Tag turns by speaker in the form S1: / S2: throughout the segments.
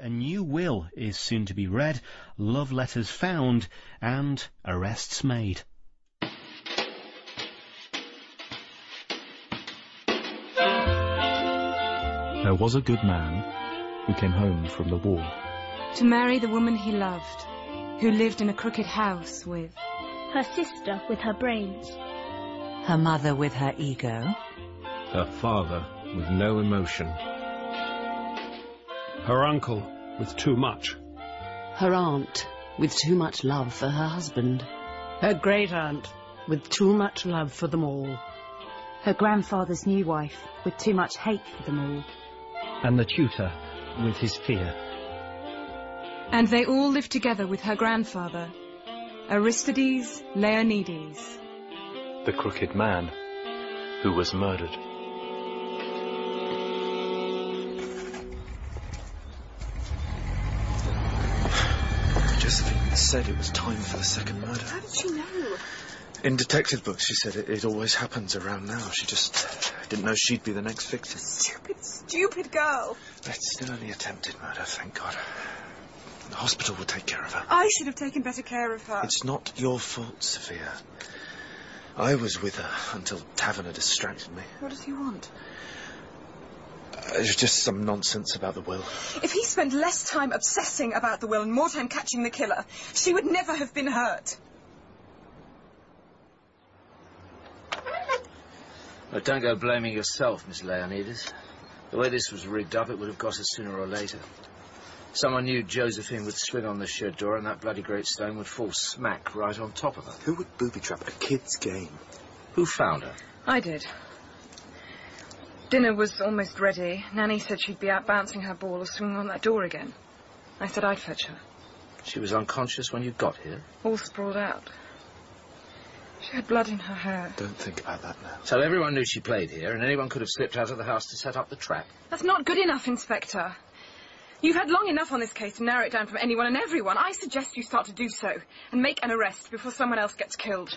S1: a new will is soon to be read, love letters found, and arrests made.
S2: There was a good man who came home from the war.
S3: To marry the woman he loved, who lived in a crooked house with
S4: her sister with her brains,
S5: her mother with her ego,
S6: her father with no emotion,
S7: her uncle with too much,
S8: her aunt with too much love for her husband,
S9: her great aunt with too much love for them all,
S10: her grandfather's new wife with too much hate for them all,
S11: and the tutor with his fear.
S3: And they all lived together with her grandfather, Aristides Leonides.
S2: The crooked man who was murdered.
S12: Josephine said it was time for the second murder.
S13: How did she know?
S12: In detective books, she said it, it always happens around now. She just didn't know she'd be the next victim.
S13: Stupid, stupid girl.
S12: That's still only attempted murder, thank God. The hospital will take care of her.
S13: I should have taken better care of her.
S12: It's not your fault, Sophia. I was with her until Taverner distracted me.
S13: What does he want?
S12: Uh, it was just some nonsense about the will.
S13: If he spent less time obsessing about the will and more time catching the killer, she would never have been hurt.
S14: But don't go blaming yourself, Miss Leonidas. The way this was rigged up, it would have got us sooner or later. Someone knew Josephine would swing on the shed door and that bloody great stone would fall smack right on top of her.
S12: Who would booby-trap a kid's game?
S14: Who found her?
S13: I did. Dinner was almost ready. Nanny said she'd be out bouncing her ball or swinging on that door again. I said I'd fetch her.
S14: She was unconscious when you got here?
S13: All sprawled out. She had blood in her hair.
S12: Don't think about that now.
S14: So everyone knew she played here, and anyone could have slipped out of the house to set up the trap?
S13: That's not good enough, Inspector. You've had long enough on this case to narrow it down from anyone and everyone. I suggest you start to do so, and make an arrest before someone else gets killed.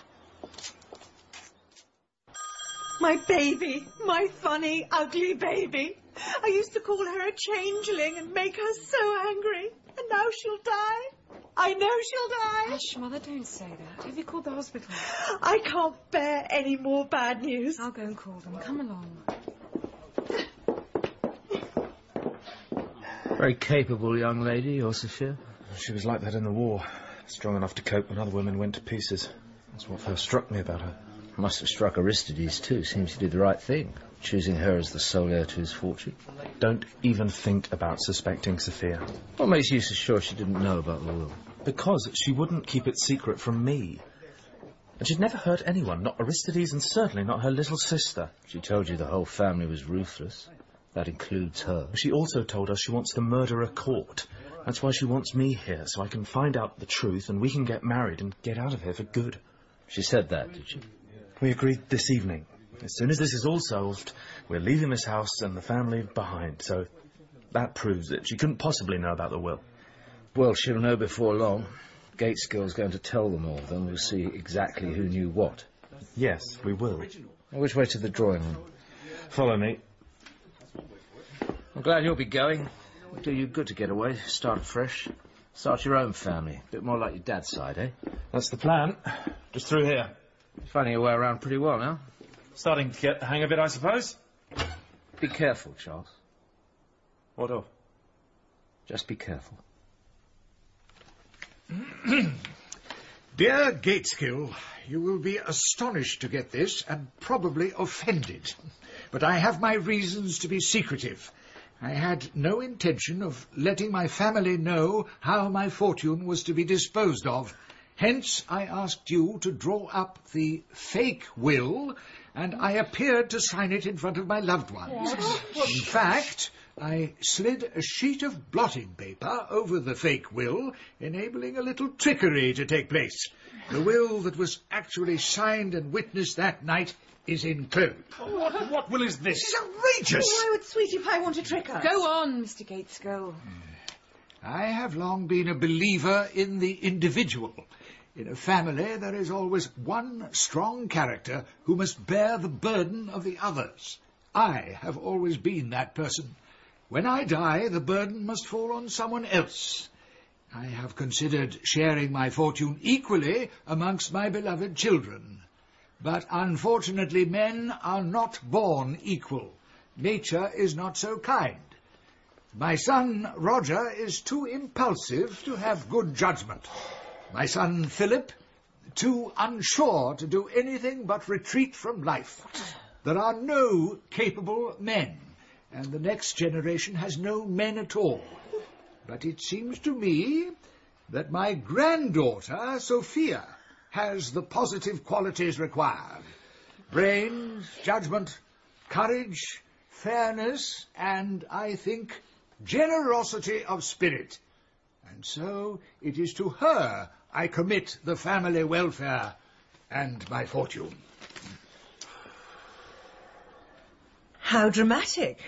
S15: My baby, my funny, ugly baby. I used to call her a changeling and make her so angry, and now she'll die. I know she'll die.
S3: Hush, Mother, don't say that. Have you called the hospital?
S15: I can't bear any more bad news.
S3: I'll go and call them. Come along.
S14: Very capable young lady, your Sophia.
S12: She was like that in the war. Strong enough to cope when other women went to pieces. That's what first struck me about her.
S14: Must have struck Aristides too. Seems to do the right thing, choosing her as the sole heir to his fortune.
S12: Don't even think about suspecting Sophia.
S14: What makes you so sure she didn't know about the will?
S12: Because she wouldn't keep it secret from me. And she'd never hurt anyone, not Aristides and certainly not her little sister.
S14: She told you the whole family was ruthless. That includes her.
S12: She also told us she wants to murder a court. That's why she wants me here, so I can find out the truth and we can get married and get out of here for good.
S14: She said that, did she?
S12: We agreed this evening. As soon as this is all solved, we're leaving this house and the family behind, so that proves it. She couldn't possibly know about the will.
S14: Well, she'll know before long. Gateskill is going to tell them all, then we'll see exactly who knew what.
S12: Yes, we will.
S14: Which way to the drawing room?
S12: Follow me.
S14: I'm glad you'll be going. It'll do you good to get away, start fresh. Start your own family. A bit more like your dad's side, eh?
S12: That's the plan. Just through here.
S14: You're finding your way around pretty well now.
S12: Starting to get the hang of it, I suppose.
S14: Be careful, Charles.
S12: What of?
S14: Just be careful.
S16: Dear Gateskill, you will be astonished to get this and probably offended. But I have my reasons to be secretive. I had no intention of letting my family know how my fortune was to be disposed of. Hence, I asked you to draw up the fake will, and I appeared to sign it in front of my loved ones. in fact, I slid a sheet of blotting paper over the fake will, enabling a little trickery to take place. The will that was actually signed and witnessed that night is enclosed.
S17: Oh, what, what will is this?
S16: It's outrageous!
S15: Why would Sweetie Pie want to trick us?
S3: Go on, Mr. Gateskill.
S16: I have long been a believer in the individual. In a family, there is always one strong character who must bear the burden of the others. I have always been that person. When I die, the burden must fall on someone else. I have considered sharing my fortune equally amongst my beloved children. But unfortunately men are not born equal. Nature is not so kind. My son, Roger, is too impulsive to have good judgment. My son, Philip, too unsure to do anything but retreat from life. There are no capable men, and the next generation has no men at all. But it seems to me that my granddaughter, Sophia, has the positive qualities required. Brains, judgment, courage, fairness, and, I think, generosity of spirit. And so it is to her I commit the family welfare and my fortune.
S18: How dramatic.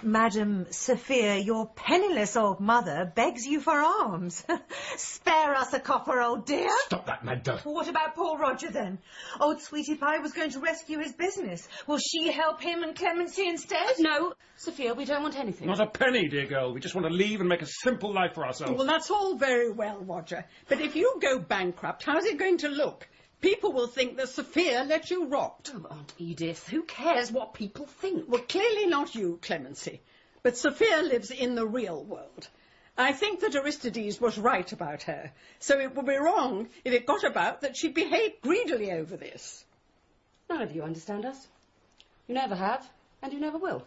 S19: Madam Sophia, your penniless old mother begs you for alms. Spare us a copper, old dear.
S16: Stop that, Magda.
S19: What about poor Roger, then? Old Sweetie Pie was going to rescue his business. Will she help him and Clemency instead?
S20: No, Sophia, we don't want anything.
S14: Not a penny, dear girl. We just want to leave and make a simple life for ourselves.
S21: Well, that's all very well, Roger. But if you go bankrupt, how's it going to look? People will think that Sophia let you rot.
S20: Oh, Aunt Edith, who cares what people think?
S21: Well, clearly not you, Clemency. But Sophia lives in the real world. I think that Aristides was right about her, so it would be wrong if it got about that she behaved greedily over this.
S20: None of you understand us. You never have, and you never will.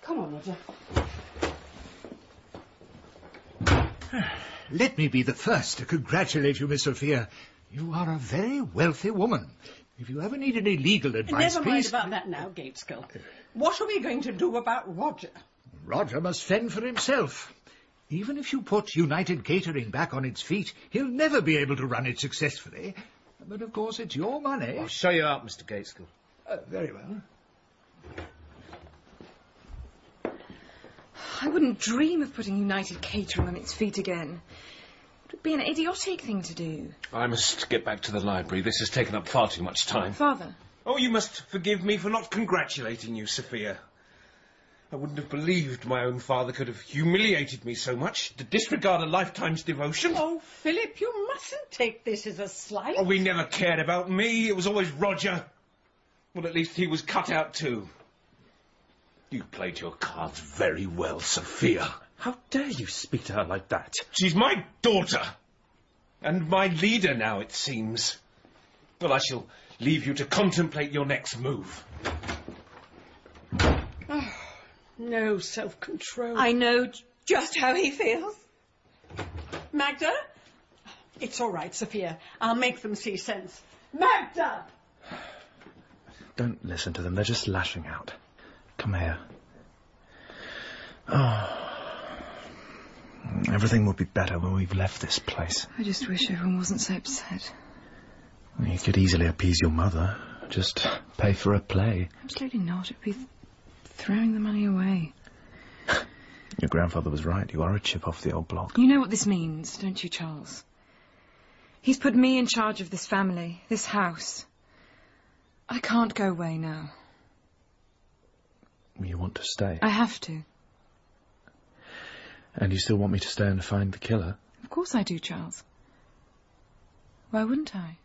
S20: Come on, Roger.
S16: Let me be the first to congratulate you, Miss Sophia. You are a very wealthy woman. If you ever need any legal advice,
S21: Never mind
S16: please...
S21: about that now, Gateskill. What are we going to do about Roger?
S16: Roger must fend for himself. Even if you put United Catering back on its feet, he'll never be able to run it successfully. But of course, it's your money.
S22: I'll show you out, Mr. Gateskill.
S16: Uh, very well.
S3: I wouldn't dream of putting United Catering on its feet again. It would be an idiotic thing to do.
S23: I must get back to the library. This has taken up far too much time.
S3: Father.
S14: Oh, you must forgive me for not congratulating you, Sophia. I wouldn't have believed my own father could have humiliated me so much, to disregard a lifetime's devotion.
S21: Oh, Philip, you mustn't take this as a slight.
S14: Oh, we never cared about me. It was always Roger. Well, at least he was cut out too. You played your cards very well, Sophia.
S23: How dare you speak to her like that?
S14: She's my daughter. And my leader now, it seems. Well, I shall leave you to contemplate your next move.
S21: Oh, no self-control.
S20: I know just how he feels.
S21: Magda? It's all right, Sophia. I'll make them see sense. Magda!
S12: Don't listen to them. They're just lashing out. Come here. Oh... Everything will be better when we've left this place.
S3: I just wish everyone wasn't so upset.
S12: You could easily appease your mother. Just pay for a play.
S3: Absolutely not. It'd be th- throwing the money away.
S12: your grandfather was right. You are a chip off the old block.
S3: You know what this means, don't you, Charles? He's put me in charge of this family, this house. I can't go away now.
S12: You want to stay?
S3: I have to.
S12: And you still want me to stay and find the killer?
S3: Of course I do, Charles. Why wouldn't I?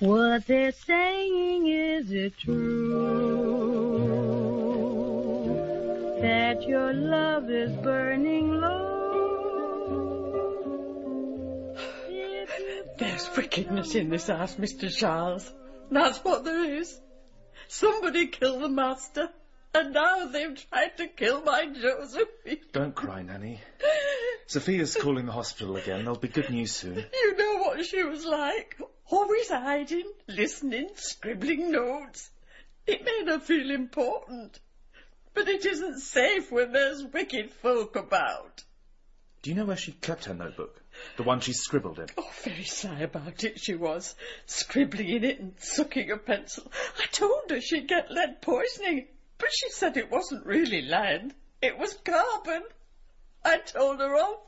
S1: What they're saying is it true that your love is burning low?
S21: There's wickedness in this house, Mr. Charles. That's what there is. Somebody killed the master. And now they've tried to kill my Josephine.
S12: Don't cry, Nanny. Sophia's calling the hospital again. There'll be good news soon.
S21: You know what she was like. Always hiding, listening, scribbling notes. It made her feel important. But it isn't safe when there's wicked folk about.
S12: Do you know where she kept her notebook? The one she scribbled in?
S21: Oh, very sly about it she was. Scribbling in it and sucking a pencil. I told her she'd get lead poisoning. But she said it wasn't really lead. It was carbon. I told her off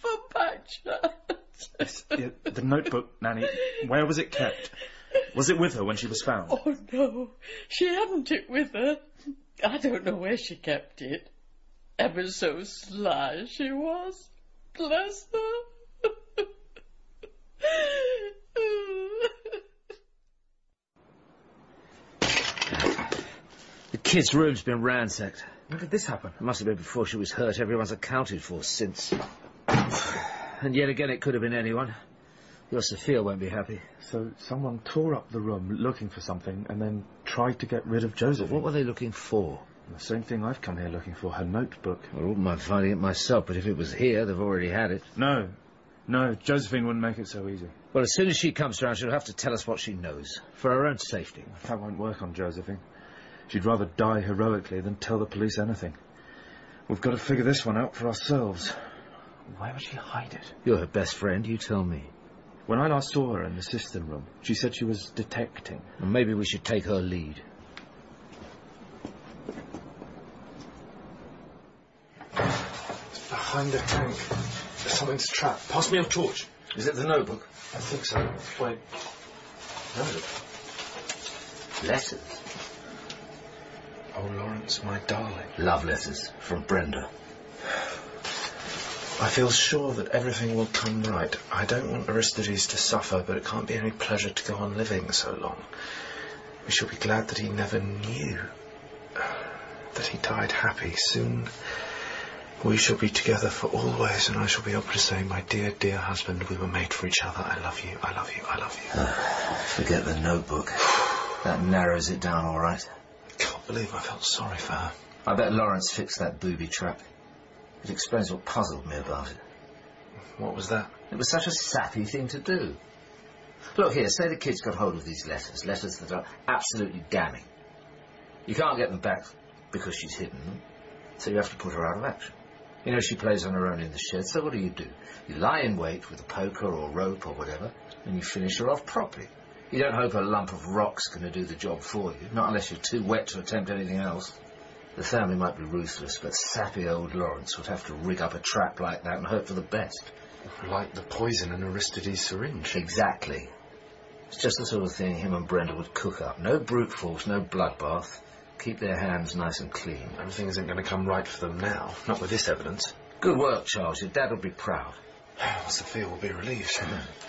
S21: for
S12: bad The notebook, Nanny, where was it kept? Was it with her when she was found?
S21: Oh, no. She hadn't it with her. I don't know where she kept it.
S1: ever so sly she was. Bless her.
S14: The kid's room's been ransacked. When did this happen? It must have been before she was hurt. Everyone's accounted for since. and yet again, it could have been anyone. Your Sophia won't be happy.
S12: So someone tore up the room looking for something and then tried to get rid of Joseph.
S14: What were they looking for?
S12: The same thing I've come here looking for, her notebook.
S14: I wouldn't mind finding it myself, but if it was here, they've already had it.
S12: No. No, Josephine wouldn't make it so easy.
S14: Well, as soon as she comes round, she'll have to tell us what she knows. For her own safety.
S12: That won't work on Josephine. She'd rather die heroically than tell the police anything. We've got to figure this one out for ourselves. Where would she hide it?
S14: You're her best friend, you tell me.
S12: When I last saw her in the cistern room, she said she was detecting.
S14: And maybe we should take her lead.
S12: It's behind the tank. Something's trapped.
S24: Pass me your torch.
S12: Is it the notebook?
S24: I think so.
S12: Wait.
S14: No. Letters.
S12: Oh, Lawrence, my darling.
S14: Love letters from Brenda.
S12: I feel sure that everything will come right. I don't want Aristides to suffer, but it can't be any pleasure to go on living so long. We shall be glad that he never knew. That he died happy. Soon we shall be together for always, and I shall be able to say, My dear, dear husband, we were made for each other. I love you, I love you, I love you.
S14: Ah, forget the notebook. that narrows it down all right.
S12: I can't believe I felt sorry for her.
S14: I bet Lawrence fixed that booby trap. It explains what puzzled me about it.
S12: What was that?
S14: It was such a sappy thing to do. Look here, say the kids got hold of these letters, letters that are absolutely damning. You can't get them back because she's hidden them, so you have to put her out of action. You know she plays on her own in the shed, so what do you do? You lie in wait with a poker or rope or whatever, and you finish her off properly. You don't hope a lump of rock's going to do the job for you, not unless you're too wet to attempt anything else. The family might be ruthless, but sappy old Lawrence would have to rig up a trap like that and hope for the best.
S12: Like the poison in Aristides' syringe.
S14: Exactly. It's just the sort of thing him and Brenda would cook up. No brute force, no bloodbath. Keep their hands nice and clean.
S12: Everything isn't going to come right for them now, not with this evidence.
S14: Good work, Charles. Your dad will be proud.
S12: Well, Sophia will be relieved.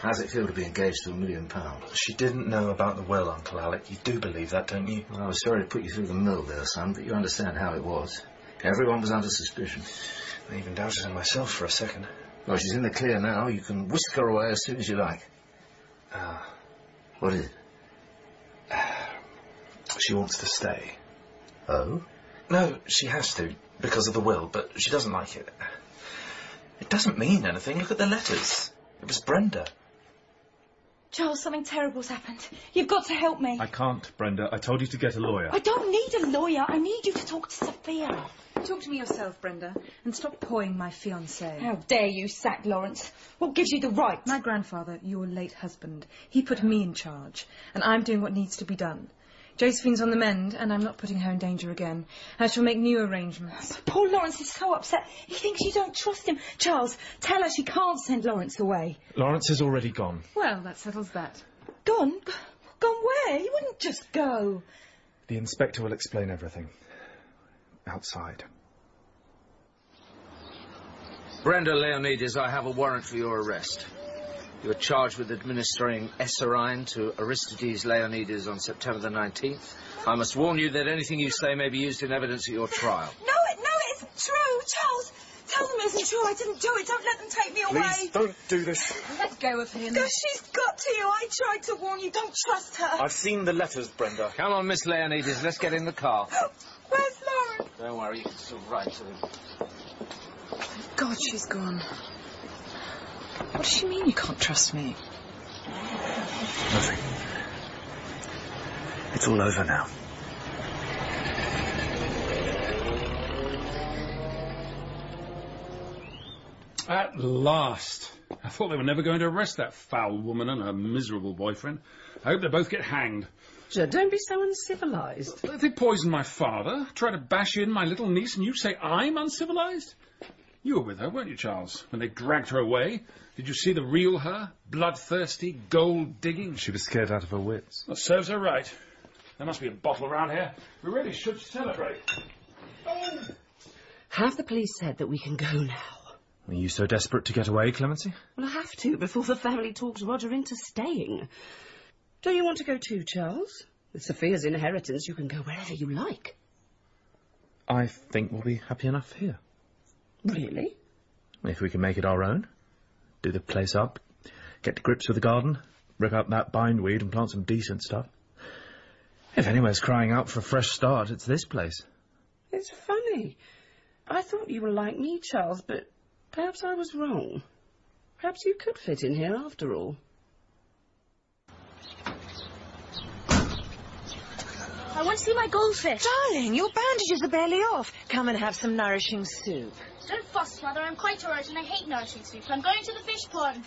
S14: How's it feel to be engaged to a million pounds?
S12: She didn't know about the will, Uncle Alec. You do believe that, don't you?
S14: Well, I was sorry to put you through the mill there, son, but you understand how it was. Everyone was under suspicion.
S12: I even doubted in myself for a second.
S14: Well, she's in the clear now. You can whisk her away as soon as you like.
S12: Ah. Uh,
S14: what is it?
S12: Uh, she wants to stay.
S14: Oh?
S12: No, she has to, because of the will, but she doesn't like it. It doesn't mean anything. Look at the letters. It was Brenda.
S21: Charles, something terrible's happened. You've got to help me.
S12: I can't, Brenda. I told you to get a lawyer.
S21: I don't need a lawyer. Oh, I need you to talk to Sophia.
S3: Talk to me yourself, Brenda, and stop pawing my fiancé.
S21: How dare you sack Lawrence? What gives you the right?
S3: My grandfather, your late husband, he put me in charge, and I'm doing what needs to be done. Josephine's on the mend, and I'm not putting her in danger again. I shall make new arrangements.
S21: But poor Lawrence is so upset. He thinks you don't trust him. Charles, tell her she can't send Lawrence away.
S12: Lawrence is already gone.
S3: Well, that settles that.
S21: Gone? Gone where? He wouldn't just go.
S12: The inspector will explain everything. Outside.
S14: Brenda Leonidas, I have a warrant for your arrest. You were charged with administering esserine to Aristides Leonidas on September the 19th. I must warn you that anything you say may be used in evidence at your trial.
S21: No, it, no, it isn't true. Charles, tell them it isn't true. I didn't do it. Don't let them take me
S12: Please,
S21: away.
S12: Please, don't do this.
S3: Let go of him.
S21: Gosh, she's got to you. I tried to warn you. Don't trust her.
S12: I've seen the letters, Brenda.
S14: Come on, Miss Leonidas. Let's get in the car.
S21: Where's Lauren?
S14: Don't worry. You can still write to him.
S3: Thank God she's gone. What does she mean you can't trust me?
S12: Nothing. It's all over now.
S16: At last. I thought they were never going to arrest that foul woman and her miserable boyfriend. I hope they both get hanged.
S1: Roger, don't be so uncivilized.
S16: They poisoned my father, tried to bash in my little niece, and you say I'm uncivilized? You were with her, weren't you, Charles, when they dragged her away? Did you see the real her? Bloodthirsty, gold-digging?
S12: She was scared out of her wits.
S16: That serves her right. There must be a bottle around here. We really should celebrate. Oh!
S25: Have the police said that we can go now?
S12: Are you so desperate to get away, Clemency?
S25: Well, I have to before the family talks Roger into staying. Don't you want to go too, Charles? With Sophia's inheritance, you can go wherever you like.
S12: I think we'll be happy enough here.
S25: Really?
S12: If we can make it our own, do the place up, get to grips with the garden, rip out that bindweed and plant some decent stuff. If anywhere's crying out for a fresh start, it's this place.
S25: It's funny. I thought you were like me, Charles, but perhaps I was wrong. Perhaps you could fit in here after all.
S3: I want to see my goldfish.
S17: Darling, your bandages are barely off. Come and have some nourishing soup.
S3: Don't fuss, Mother. I'm quite alright and I hate nourishing soup. I'm going to the fish pond.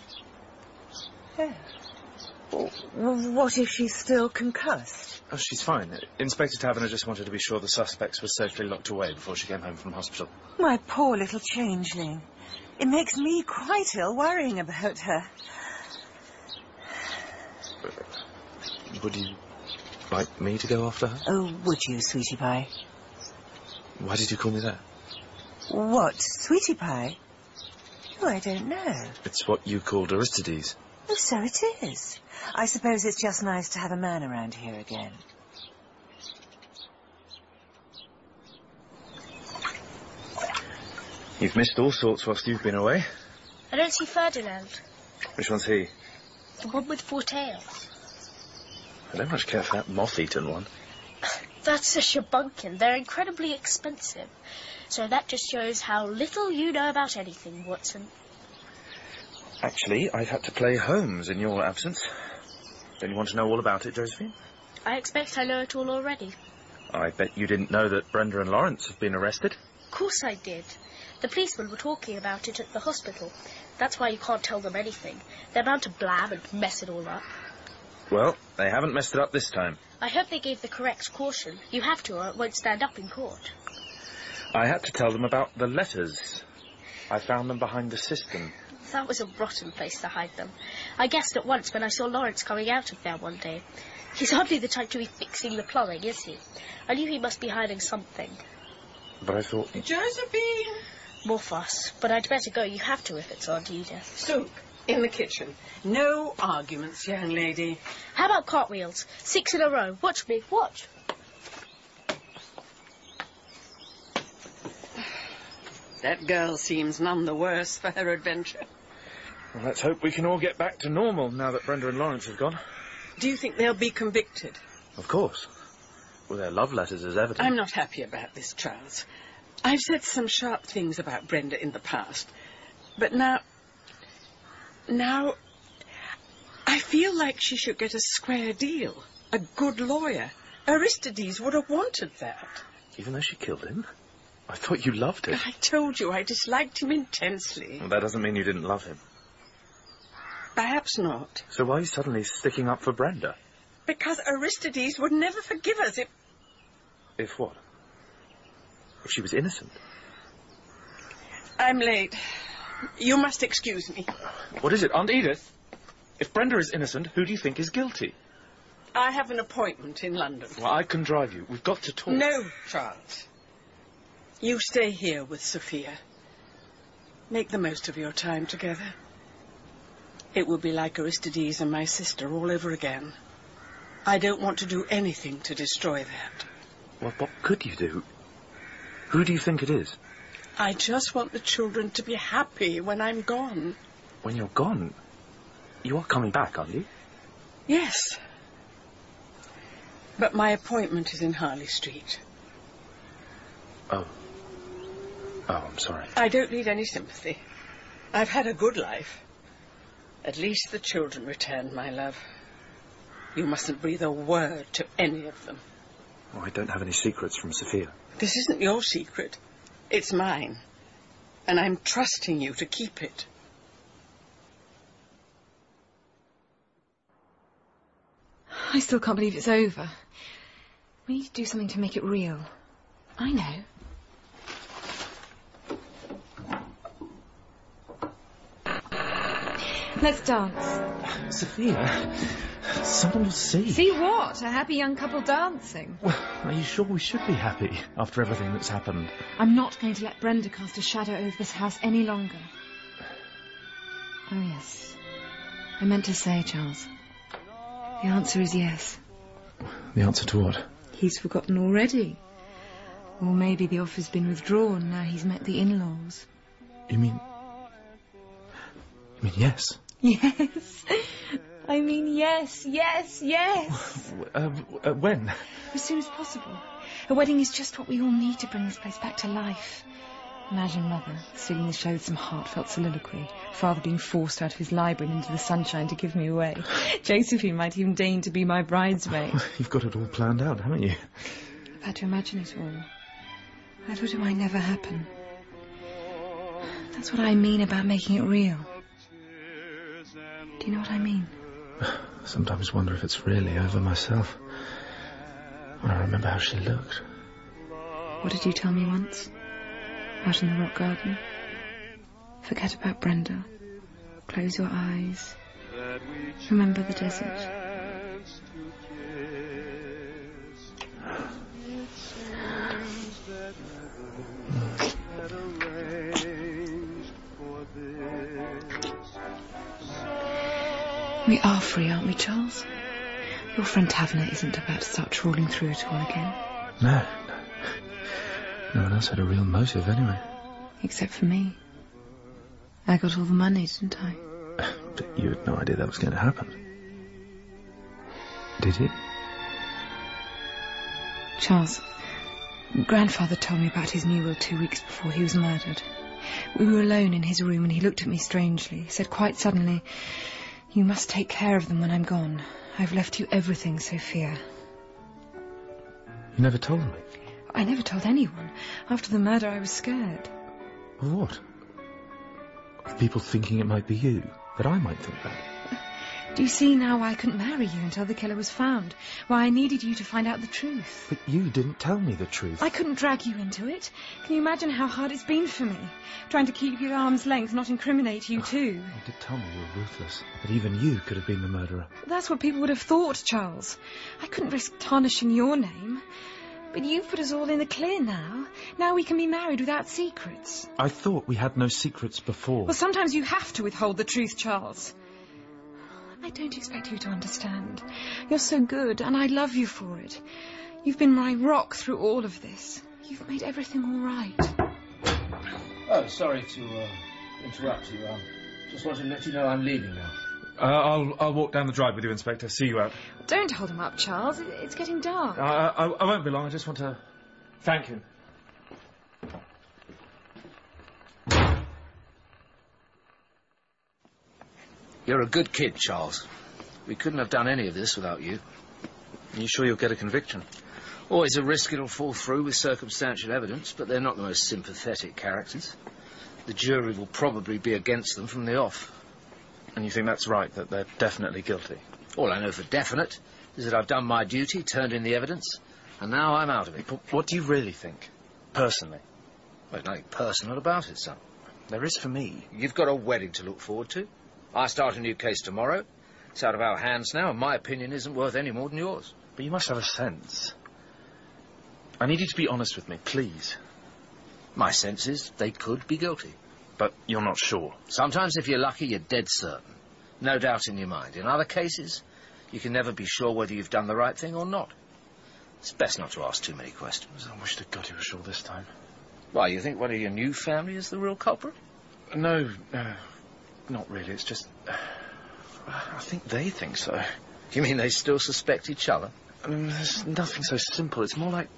S17: W- What if she's still concussed?
S14: Oh, she's fine. Inspector Taverner just wanted to be sure the suspects were safely locked away before she came home from hospital.
S17: My poor little changeling. It makes me quite ill worrying about her.
S14: Would you like me to go after her?
S17: Oh, would you, sweetie pie?
S14: Why did you call me that?
S17: What, sweetie pie? Oh, I don't know.
S14: It's what you called Aristides.
S17: Oh, so it is. I suppose it's just nice to have a man around here again.
S14: You've missed all sorts whilst you've been away.
S3: I don't see Ferdinand.
S14: Which one's he?
S3: The one with four tails.
S14: I don't much care for that moth-eaten one.
S3: That's a shabunkin. They're incredibly expensive. So that just shows how little you know about anything, Watson.
S14: Actually, I've had to play Holmes in your absence. Don't you want to know all about it, Josephine?
S3: I expect I know it all already.
S14: I bet you didn't know that Brenda and Lawrence have been arrested.
S3: Of course I did. The policemen were talking about it at the hospital. That's why you can't tell them anything. They're bound to blab and mess it all up.
S14: Well, they haven't messed it up this time.
S3: I hope they gave the correct caution. You have to, or it won't stand up in court.
S14: I had to tell them about the letters. I found them behind the cistern.
S3: That was a rotten place to hide them. I guessed at once when I saw Lawrence coming out of there one day. He's hardly the type to be fixing the plumbing, is he? I knew he must be hiding something.
S14: But I thought...
S1: Josephine!
S3: More fuss, but I'd better go. You have to if it's Aunt Edith.
S1: Soup in the kitchen. No arguments, young lady.
S3: How about cartwheels? Six in a row. Watch me, watch.
S1: That girl seems none the worse for her adventure.
S14: Well, let's hope we can all get back to normal now that Brenda and Lawrence have gone.
S1: Do you think they'll be convicted?
S14: Of course. With their love letters as evidence.
S1: I'm not happy about this, Charles. I've said some sharp things about Brenda in the past, but now. Now. I feel like she should get a square deal, a good lawyer. Aristides would have wanted that.
S14: Even though she killed him? I thought you loved him.
S1: I told you I disliked him intensely.
S14: Well, that doesn't mean you didn't love him.
S1: Perhaps not,
S14: So why are you suddenly sticking up for Brenda?
S1: because Aristides would never forgive us if.
S14: If what? If she was innocent.
S1: I'm late. You must excuse me.
S14: What is it, Aunt Edith? If Brenda is innocent, who do you think is guilty?
S1: I have an appointment in London.
S14: Well, I can drive you. We've got to talk.
S1: No, Charles. You stay here with Sophia. Make the most of your time together. It will be like Aristides and my sister all over again. I don't want to do anything to destroy that.
S14: Well, what could you do? Who do you think it is?
S1: I just want the children to be happy when I'm gone.
S14: When you're gone, you are coming back, aren't you?
S1: Yes. But my appointment is in Harley Street.
S14: Oh. Oh, I'm sorry.
S1: I don't need any sympathy. I've had a good life. At least the children returned my love. You mustn't breathe a word to any of them.
S14: Oh, I don't have any secrets from Sophia.
S1: This isn't your secret. It's mine. And I'm trusting you to keep it.
S26: I still can't believe it's over. We need to do something to make it real. I know. Let's dance.
S14: Sophia,
S12: Someone will see.
S3: See what? A happy young couple dancing.
S12: Are you sure we should be happy after everything that's happened?
S3: I'm not going to let Brenda cast a shadow over this house any longer. Oh, yes. I meant to say, Charles. The answer is yes.
S12: The answer to what?
S3: He's forgotten already. Or maybe the offer's been withdrawn now he's met the in laws.
S12: You mean. You mean yes?
S3: Yes. I mean, yes, yes, yes.
S12: Uh, uh, when?
S3: As soon as possible. A wedding is just what we all need to bring this place back to life. Imagine Mother singing the show with some heartfelt soliloquy, Father being forced out of his library and into the sunshine to give me away. Josephine might even deign to be my bridesmaid.
S12: You've got it all planned out, haven't you?
S3: I've had to imagine it all. I thought it might never happen. That's what I mean about making it real. Do you know what I mean?
S12: Sometimes wonder if it's really over myself. When I remember how she looked.
S3: What did you tell me once? Out in the rock garden? Forget about Brenda. Close your eyes. Remember the desert. We are free, aren't we, Charles? Your friend Taverner isn't about to start trawling through it all again,
S12: No, no. No one else had a real motive anyway.
S3: except for me. I got all the money, didn't I?
S12: But you had no idea that was going to happen. Did you?
S3: Charles, grandfather told me about his new will two weeks before he was murdered. We were alone in his room and he looked at me strangely, said quite suddenly, You must take care of them when I'm gone. I've left you everything, Sophia.
S12: You never told me.
S3: I never told anyone. After the murder, I was scared.
S12: Of what? Of people thinking it might be you. That I might think that.
S3: Do you see now why I couldn't marry you until the killer was found? Why I needed you to find out the truth?
S12: But you didn't tell me the truth.
S3: I couldn't drag you into it. Can you imagine how hard it's been for me? Trying to keep you at arm's length, not incriminate you too.
S12: You did tell me you were ruthless. That even you could have been the murderer.
S3: That's what people would have thought, Charles. I couldn't risk tarnishing your name. But you've put us all in the clear now. Now we can be married without secrets.
S12: I thought we had no secrets before.
S3: Well, sometimes you have to withhold the truth, Charles. I don't expect you to understand. You're so good, and I love you for it. You've been my rock through all of this. You've made everything all right.
S14: Oh, sorry to uh, interrupt you. Um, just wanted to let you know I'm leaving now.
S12: Uh, I'll, I'll walk down the drive with you, Inspector. See you out.
S3: Don't hold him up, Charles. It- It's getting dark.
S12: I, I, I won't be long. I just want to thank him.
S14: You're a good kid, Charles. We couldn't have done any of this without you. Are you sure you'll get a conviction? Always a risk it'll fall through with circumstantial evidence, but they're not the most sympathetic characters. The jury will probably be against them from the off.
S12: And you think that's right, that they're definitely guilty?
S14: All I know for definite is that I've done my duty, turned in the evidence, and now I'm out of it.
S12: What do you really think? Personally?
S14: There's nothing personal about it, son.
S12: There is for me.
S14: You've got a wedding to look forward to. I start a new case tomorrow. It's out of our hands now, and my opinion isn't worth any more than yours.
S12: But you must have a sense. I need you to be honest with me, please.
S14: My sense is they could be guilty.
S12: But you're not sure.
S14: Sometimes, if you're lucky, you're dead certain. No doubt in your mind. In other cases, you can never be sure whether you've done the right thing or not. It's best not to ask too many questions.
S12: I wish to God you were sure this time.
S14: Why, you think one of your new family is the real culprit?
S12: No, no, not really. It's just. uh, I think they think so.
S14: You mean they still suspect each other?
S12: I mean, there's nothing so simple. It's more like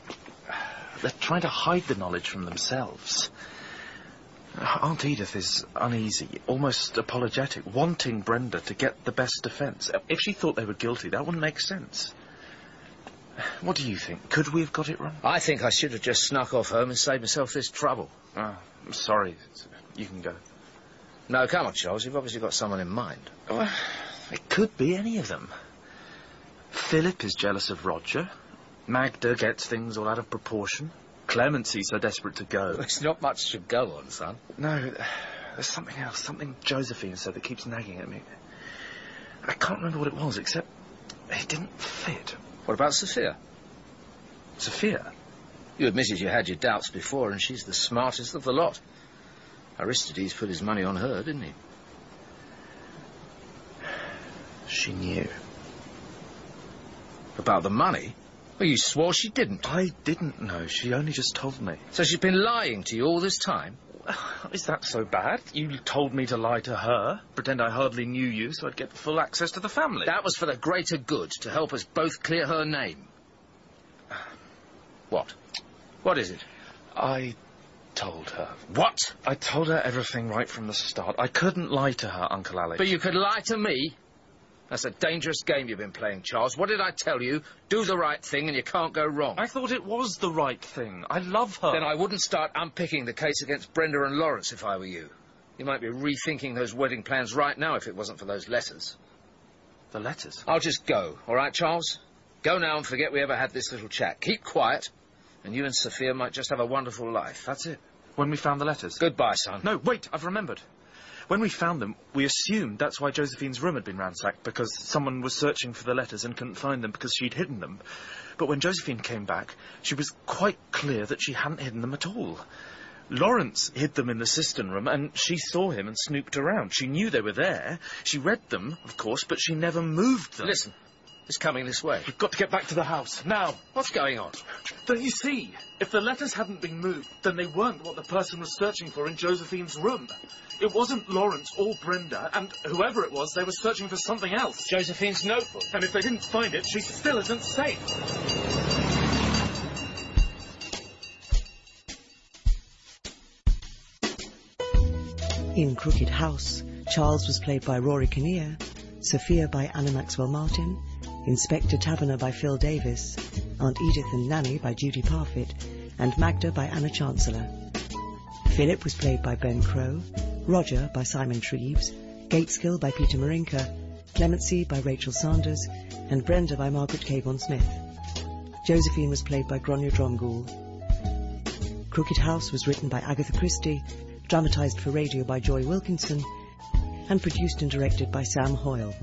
S12: they're trying to hide the knowledge from themselves. Aunt Edith is uneasy, almost apologetic, wanting Brenda to get the best defence. If she thought they were guilty, that wouldn't make sense. What do you think? Could we have got it wrong?
S14: I think I should have just snuck off home and saved myself this trouble.
S12: Oh, I'm sorry. You can go.
S14: No, come on, Charles. You've obviously got someone in mind.
S12: Well, it could be any of them. Philip is jealous of Roger. Magda gets things all out of proportion. Clemency's so desperate to go.
S14: It's not much to go on, son.
S12: No, there's something else, something Josephine said that keeps nagging at me. I can't remember what it was, except He didn't fit.
S14: What about Sophia? Sophia? You admitted you had your doubts before, and she's the smartest of the lot. Aristides put his money on her, didn't he?
S12: She knew.
S14: About the money? Well, you swore she didn't.
S12: I didn't know. She only just told me.
S14: So she's been lying to you all this time?
S12: Is that so bad? You told me to lie to her, pretend I hardly knew you so I'd get full access to the family.
S14: That was for the greater good, to help us both clear her name. What? What is it?
S12: I told her.
S14: What?
S12: I told her everything right from the start. I couldn't lie to her, Uncle Alex.
S14: But you could lie to me. That's a dangerous game you've been playing, Charles. What did I tell you? Do the right thing and you can't go wrong.
S12: I thought it was the right thing. I love her.
S14: Then I wouldn't start unpicking the case against Brenda and Lawrence if I were you. You might be rethinking those wedding plans right now if it wasn't for those letters.
S12: The letters?
S14: I'll just go, all right, Charles? Go now and forget we ever had this little chat. Keep quiet, and you and Sophia might just have a wonderful life.
S12: That's it. When we found the letters.
S14: Goodbye, son.
S12: No, wait, I've remembered. When we found them, we assumed that's why Josephine's room had been ransacked, because someone was searching for the letters and couldn't find them because she'd hidden them. But when Josephine came back, she was quite clear that she hadn't hidden them at all. Lawrence hid them in the cistern room, and she saw him and snooped around. She knew they were there. She read them, of course, but she never moved them.
S14: Listen, it's coming this way.
S12: We've got to get back to the house, now.
S14: What's going on?
S12: Don't you see? If the letters hadn't been moved, then they weren't what the person was searching for in Josephine's room. It wasn't Lawrence or Brenda, and whoever it was, they were searching for something else.
S14: Josephine's notebook.
S12: And if they didn't find it, she still isn't safe.
S21: In Crooked House, Charles was played by Rory Kinnear, Sophia by Anna Maxwell Martin, Inspector Taverner by Phil Davis, Aunt Edith and Nanny by Judy Parfitt, and Magda by Anna Chancellor. Philip was played by Ben Crow, Roger by Simon Treves, Gateskill by Peter Marinka, Clemency by Rachel Sanders, and Brenda by Margaret Caborn Smith. Josephine was played by Gronya Dromgoole. Crooked House was written by Agatha Christie, dramatised for radio by Joy Wilkinson, and produced and directed by Sam Hoyle.